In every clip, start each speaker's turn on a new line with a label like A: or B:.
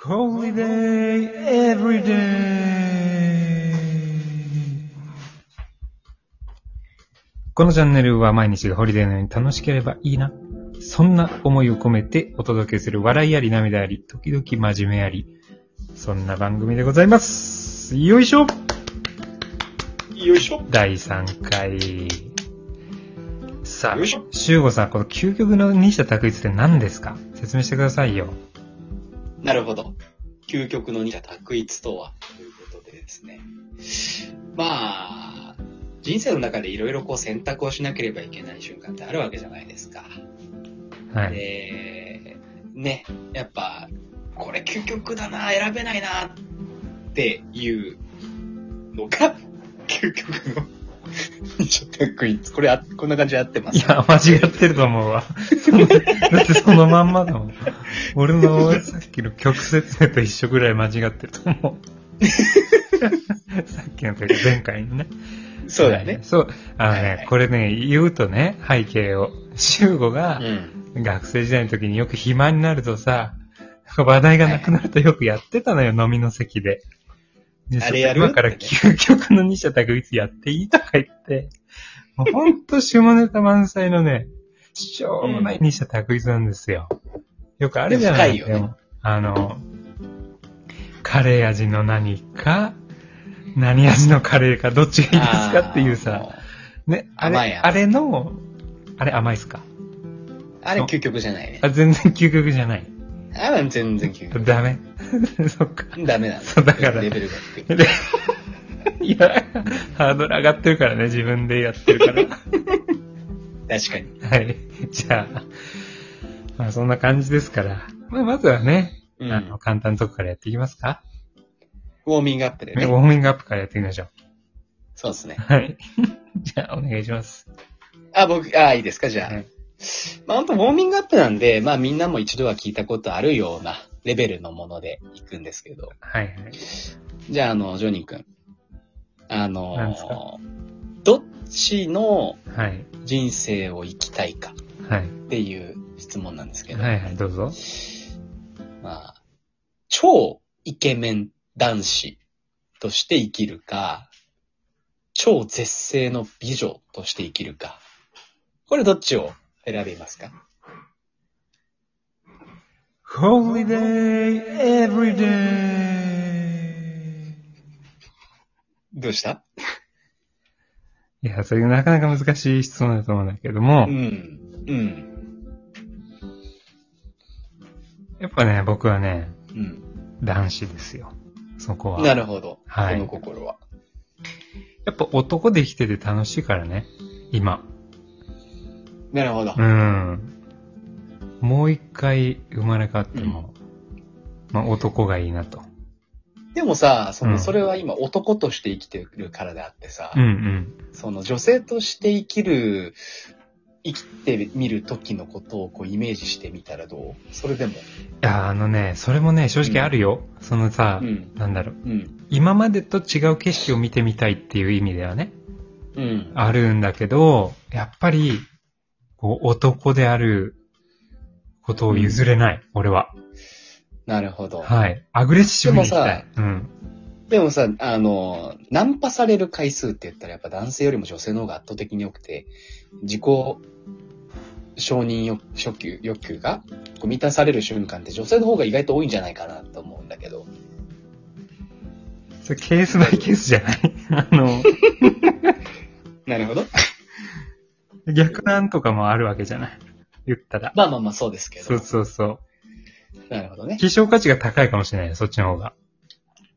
A: Holiday every day このチャンネルは毎日がホリデーのように楽しければいいな。そんな思いを込めてお届けする笑いあり涙あり、時々真面目あり、そんな番組でございます。よいしょ
B: よいしょ。
A: 第3回。さ
B: よいしょ
A: あ、シュウゴさん、この究極の二者択一って何ですか説明してくださいよ。
B: なるほど。究極の二者択一とは、ということでですね。まあ、人生の中でいろいろこう選択をしなければいけない瞬間ってあるわけじゃないですか。
A: はい。
B: で、ね、やっぱ、これ究極だな、選べないな、っていうのが、 究極の二者択一。これあ、こんな感じで合ってま
A: い
B: す。
A: や、間違ってると思う わ。だってそのまんまだもん。俺のさっきの曲説明と一緒ぐらい間違ってると思う。さっきのというか前回のね。
B: そうだね。
A: そう。あのね、
B: はいはい
A: これね、言うとね、背景を。シュウゴが、
B: ん。
A: 学生時代の時によく暇になるとさ、話題がなくなるとよくやってたのよ、飲みの席で。で
B: あれやる
A: そこ今から
B: ってね
A: 究極の二者択一やっていいとか言って、もうほんと下ネタ満載のね、しょうもない二者択一なんですよ。よくあるじゃない
B: でも深いよね
A: もあの、カレー味の何か、何味のカレーかどっちがいいですかっていうさ、
B: あ
A: ね、あれ、
B: 甘いやつ
A: あれの、あれ甘いっすか
B: ー。あれ究極じゃないね。
A: あ、全然究極じゃない。
B: あれは全然究極。
A: ダメ。 そっか。
B: ダメなん
A: そうだから
B: レベルが低い。
A: でいや、ハードル上がってるからね、自分でやってる から。
B: 確かに。
A: はい。じゃあ、まあそんな感じですから。まあまずはね、
B: うん
A: あの、簡単なとこからやっていきますか、
B: ウォーミングアップで
A: ウ
B: ね。
A: ォーミングアップからやっていきましょう。
B: そうですね。
A: はい。 じゃあ、お願いします。
B: あ、僕、あ、いいですか、じゃあ。
A: はい
B: まあ、本当ウォーミングアップなんで、まあ、みんなも一度は聞いたことあるようなレベルのもので行くんですけど。
A: はいはい。
B: じゃあ、あの、ジョニー君。あの
A: なんですか
B: どっちの
A: はい。
B: 人生を生きたいか
A: はい。
B: っていう質問なんですけど。
A: はいはい、どうぞ。
B: まあ、超イケメン男子として生きるか、超絶世の美女として生きるか。これどっちを選びますか
A: Holiday every day.
B: どうした
A: いや、それなかなか難しい質問だと思うんだけども、
B: うん。うん。
A: やっぱね、僕はね、
B: うん。
A: 男子ですよ。そこは。
B: なるほど。
A: はい
B: この心は。
A: やっぱ男で生きてて楽しいからね。今。
B: なるほど
A: う。ん。もう一回生まれ変わっても、まあ男がいいなと。
B: でもさ、その、
A: うん
B: それは今男として生きてるからであってさ、
A: うんうん。
B: その女性として生きる、生きてみる時のことをこうイメージしてみたらどうそれでも。
A: いや、あのね、それもね、正直あるよ。そのさ、
B: うん。
A: なんだろう。
B: うん。
A: 今までと違う景色を見てみたいっていう意味ではね、
B: うん。
A: あるんだけど、やっぱり、こう男であることを譲れない。俺は。
B: なるほど。
A: はい。アグレッシブに行きたい。うん。
B: でもさ、あの、ナンパされる回数って言ったらやっぱ男性よりも女性の方が圧倒的に多くて、自己承認欲欲求欲求がこう満たされる瞬間って女性の方が意外と多いんじゃないかなと思うんだけど。
A: それケースバイケースじゃない あの、
B: なるほど。
A: 逆なんとかもあるわけじゃない言ったら。
B: まあまあまあそうですけ
A: そう
B: ど。
A: そうそ
B: なるほど
A: う。
B: ね。
A: 希少価値が高いかもしれないよ、そっちの方が。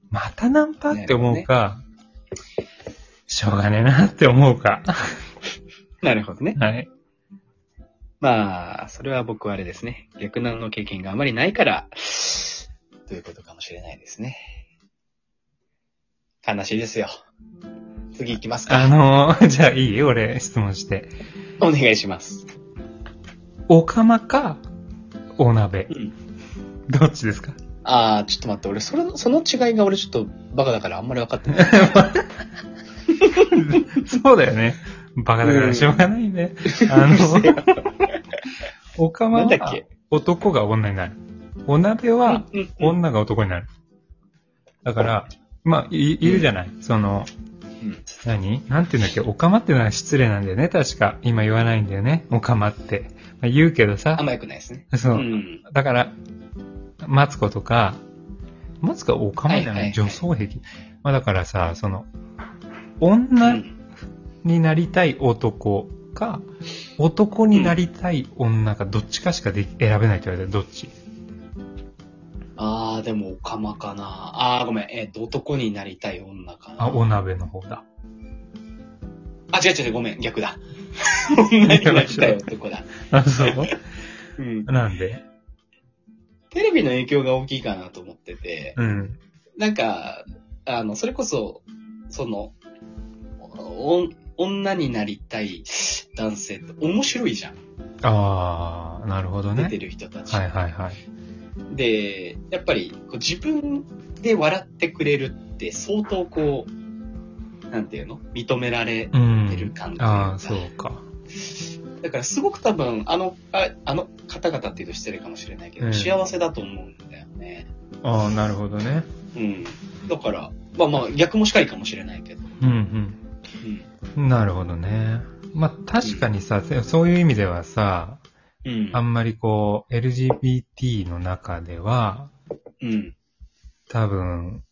A: またナンパって思うか、しょうがねえなって思うか。
B: なるほどね。
A: はい。
B: まあ、それは僕はあれですね。逆難の経験があまりないから、ということかもしれないですね。悲しいですよ。次行きます
A: あ
B: か。
A: の ー、じゃあいい俺質問して。
B: お願いします。
A: お釜か、お鍋。
B: うん
A: どっちですか
B: あー、ちょっと待って、俺、それ、その違いが俺ちょっとバカだからあんまり分かってない。
A: そうだよね。バカだからしょうがない ね。あの、お釜
B: なんだっ
A: は
B: け
A: 男が女になる。お鍋は
B: うんうんうん
A: 女が男になる。だから、まあ、いいるじゃない。その、
B: うん
A: 何なんて言うんだっけ、おかまってのは失礼なんだよね、確か。今言わないんだよね、おかまって。まあ、言うけど
B: あん
A: さ、
B: ま良くないですね。
A: そうう。
B: ん。
A: だから、マツコとか、マツコはおかまじゃ
B: はいはい
A: な、
B: はいい
A: 女装癖。まあだからさ、その、
B: う
A: 女
B: ん
A: になりたい男か、男になりたい女か、どっちかしかでき選べないって言われたらどっち
B: あー、でも、おかまかな。あー、ごめん。えっと、男になりたい女かな。
A: あ、お鍋の方だ。
B: あ、違う違う、ごめん。逆だ。女になりたい男だ。
A: あ、そう
B: う ん。
A: なんで
B: テレビの影響が大きいかなと思ってて、
A: うん。
B: なんか、あの、それこそ、その、お女になりたい男性って面白いじゃん。
A: あー、なるほど
B: 出
A: ね
B: て。る人たち。
A: はいはいはい。
B: で、やっぱりこう自分で笑ってくれるって相当こう、なんていうの認められ
A: う
B: てる
A: ん。
B: 感じ、
A: あー、そうか。
B: だからすごく多分、あの、ああの方々っていうと失礼かもしれないけど、
A: うん
B: 幸せだと思うんだよね。
A: あー、なるほどね。
B: うん。だから、まあまあ逆もしかりかもしれないけど。
A: うんうん。なるほどね。まあ、確かにさ、せそういう意味ではさ、
B: うん。うん。
A: あんまりこう、LGBT の中では、
B: うん。
A: 多分、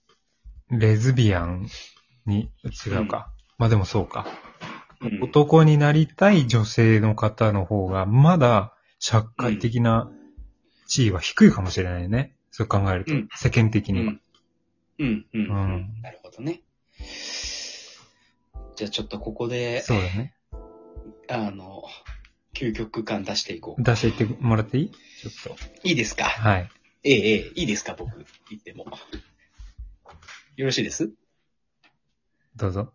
A: レズビアンに、違うか。まあでもそうか。
B: うん
A: 男になりたい女性の方の方が、まだ社会的な地位は低いかもしれないね。そう考えると。
B: うん
A: 世間的
B: う
A: には。
B: ん。うん。う
A: う
B: ん。う
A: ん
B: ん。なるほどね。じゃあちょっとここで、
A: そうだね。
B: あの、究極感出していこう。
A: 出していってもらっていいちょっと。
B: いいですか
A: はい。
B: ええ、ええ、いいですか、僕、言っても。よろしいです
A: どうぞ。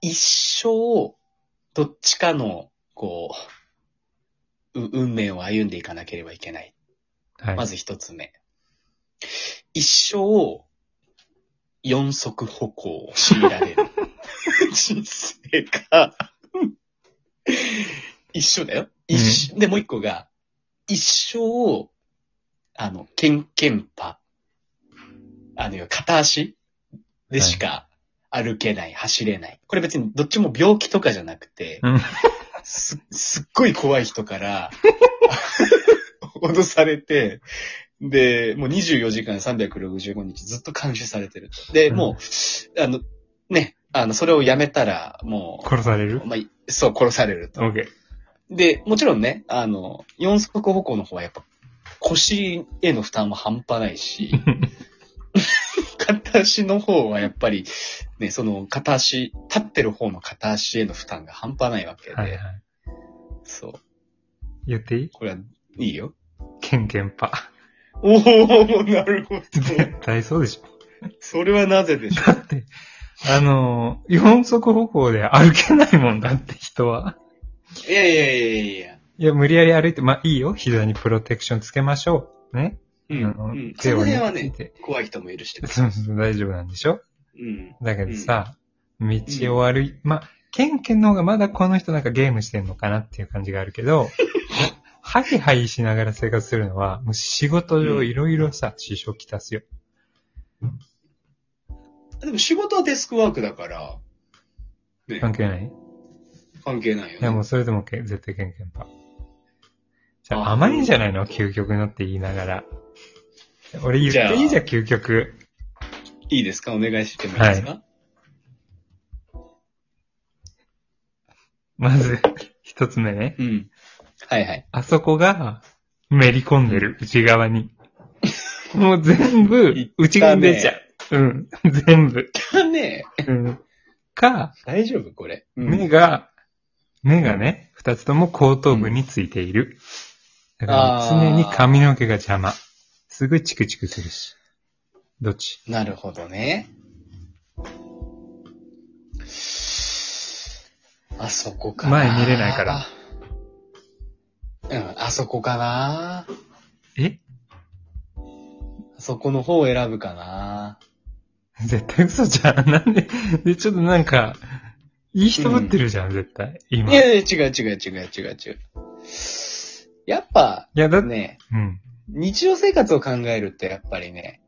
B: 一生、どっちかの、こう、う運命を歩んでいかなければいけない。
A: はい。
B: まず一つ目。一生、四足歩行を強い られる。人生が、一緒だよ。一緒、で、もう一個が、一生、あの、けんけんぱ。あの、片足でしか歩けない、走れない。これ別にどっちも病気とかじゃなくて、
A: うん。
B: す、すっごい怖い人から、脅されて、で、もう24時間365日ずっと監視されてる。で、もう、あの、ね、あの、それをやめたら、も
A: 殺される
B: う、まあ、そう、殺されると。
A: オッケ
B: で、もちろんね、あの、四足歩行の方はやっぱ、腰への負担も半端な いし、
A: ー。
B: 片足の方はやっぱり、ね、その片足、立ってる方の片足への負担が半端ないわけで、
A: はいはい。
B: そう、
A: 言っていい
B: これはいいよ。
A: ケンケンパ。
B: おお、なる ほど。
A: 絶対そうでしょ。
B: それはなぜでしょ
A: だって、あのー、四足歩行で歩けないもんだって人は。
B: う。いやいやいやいや。
A: いや、無理やり歩いて、まあいいよ。膝にプロテクションつけましょう。ね。
B: う
A: あの
B: ん。うん、そ
A: 手
B: の
A: をね
B: 辺は
A: つい
B: ね
A: て、
B: 怖い人もい るし。
A: そうそう、大丈夫なんでしょ
B: うん。
A: だけどさ、道を歩い、まあ、ケンケンの方がまだこの人なんかゲームしてんのかなっていう感じがあるけ ど、ハイハイしながら生活するのは、もう仕事上いろいろさ、支障きたすよ。
B: でも仕事はデスクワークだから、ね、
A: 関係ない
B: 関係ないよ
A: いや、
B: ね。
A: もうそれでもけ絶対ケンケンパ。じゃあ、
B: あ
A: 甘いんじゃないの究極のって言いながら。俺言っていいじ
B: じ
A: ゃ
B: ゃ
A: ん、究極。
B: いいですかお願いしてもいいですか、
A: まず、一つ目ね。
B: うん。はいはい。
A: あそこが、めり込んでる、内側に。もう全部
B: 言っ、
A: 内側に出ちゃう。うん。全部。
B: ね
A: うん。か、
B: 大丈夫これ。うん
A: 目が、目がね、二つとも後頭部についている。だから
B: あ
A: 常
B: ー
A: に髪の毛が邪魔。すぐチクチクするし。どっち
B: なるほどね。あそこかな。
A: 前見れないから。
B: うん、あそこかな。
A: え
B: あそこの方を選ぶかな。
A: 絶対嘘じゃん。なんで、 で、ちょっとなんか、いい人ぶってるじゃん、絶対。今
B: い。やいや、違う違う違う違う違う。やっぱ、
A: いや、だって、
B: ね、
A: うん。
B: 日常生活を考えるってやっぱりね、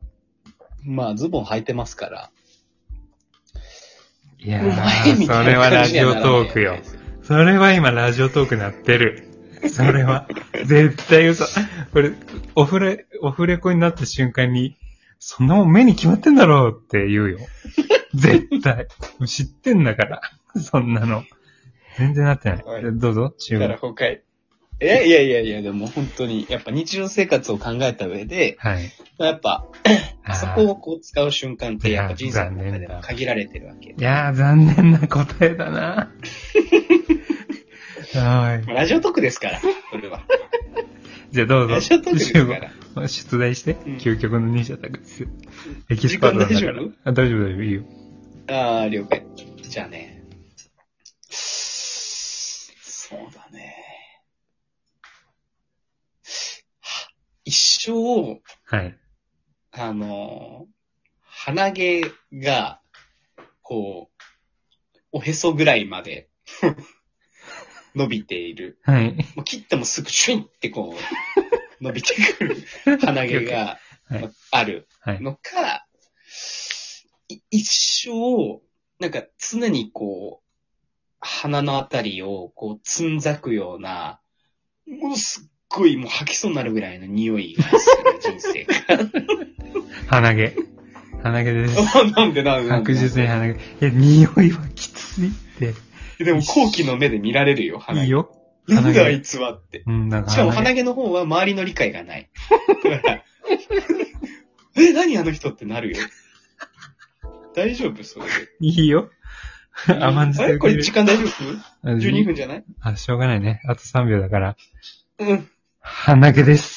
B: まあズボン履いてますから。
A: いや
B: うまい
A: ー、
B: みた
A: そ
B: い
A: れ
B: な
A: は
B: 感
A: ラ
B: じに
A: ジ
B: は
A: オ
B: ならな
A: ト
B: い
A: ークよ。それは今ラジオトークなってる。それは、絶対嘘。これ、オフレ、オフレコになった瞬間に、そんなもん目に決まってんだろうって言うよ。絶対。知ってんだから。そんなの。全然なってない。
B: はい
A: どうぞ、中
B: だから
A: 国。
B: 崩壊。え、いやいやいや、でも本当に、やっぱ日常生活を考えた上で、
A: はい。
B: やっぱ、
A: あー
B: そこをこう使う瞬間って、
A: いや
B: やっぱ人生の中
A: 残
B: で
A: 念だ
B: は限られてるわけ
A: い。やー、残念な答えだな。はい。
B: ラジオトークですから、そ れは。
A: じゃあどうぞ。
B: ラジオトークです
A: 中
B: か
A: 国
B: ら。
A: 出題して、
B: うん
A: 究極の二者択です。エキスパートなんだから。
B: 時間
A: あ大丈夫大丈夫、いいよ。
B: ああ、了解。じゃあね。そうだね。一生、
A: はい。
B: あの、鼻毛が、こう、おへそぐらいまで 伸びている。
A: はい。
B: もう切ってもすぐシュインってこ う、伸びてくる鼻毛が
A: はい
B: まある
A: はい
B: のか、い一生、なんか常にこう、鼻のあたりをこう、つんざくような、もうすっごいもう吐きそうになるぐらいの匂いがする 人生
A: 鼻毛。鼻毛 です。
B: が。なんでなんでなん
A: 確
B: で
A: 実に鼻毛。いや、匂いはきついって。
B: でも後期の目で見られるよ、鼻毛。
A: いいよ。
B: なんであ
A: 鼻
B: い
A: 毛。
B: つはって。
A: うん、なんか
B: しかも
A: 鼻毛。
B: 鼻毛の方は周りの理解が ない。だからえ、何あの人ってなるよ。大丈夫それで。
A: いいよ。甘んじ
B: あ
A: て
B: れ
A: 受
B: こ
A: け
B: れ
A: る
B: 時。間大丈
A: あ
B: 夫 ?12 分じゃない
A: あ、しょうがないね。あと3秒だから。
B: うん。
A: 鼻毛です。